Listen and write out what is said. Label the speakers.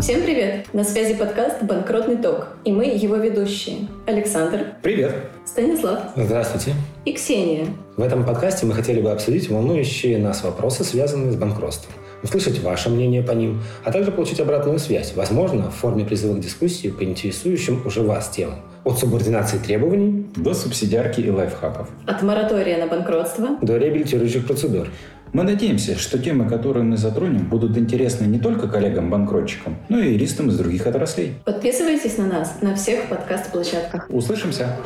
Speaker 1: Всем привет! На связи подкаст «Банкротный ток» и мы его ведущие Александр,
Speaker 2: Привет!
Speaker 1: Станислав
Speaker 2: Здравствуйте!
Speaker 1: и Ксения.
Speaker 2: В этом подкасте мы хотели бы обсудить волнующие нас вопросы, связанные с банкротством, услышать ваше мнение по ним, а также получить обратную связь, возможно, в форме призывных дискуссий по интересующим уже вас темам. От субординации требований
Speaker 3: до субсидиарки и лайфхаков.
Speaker 1: От моратория на банкротство
Speaker 2: до реабилитирующих процедур.
Speaker 3: Мы надеемся, что темы, которые мы затронем, будут интересны не только коллегам-банкротчикам, но и юристам из других отраслей.
Speaker 1: подписывайтесь на нас на всех подкаст-площадках.
Speaker 3: Услышимся!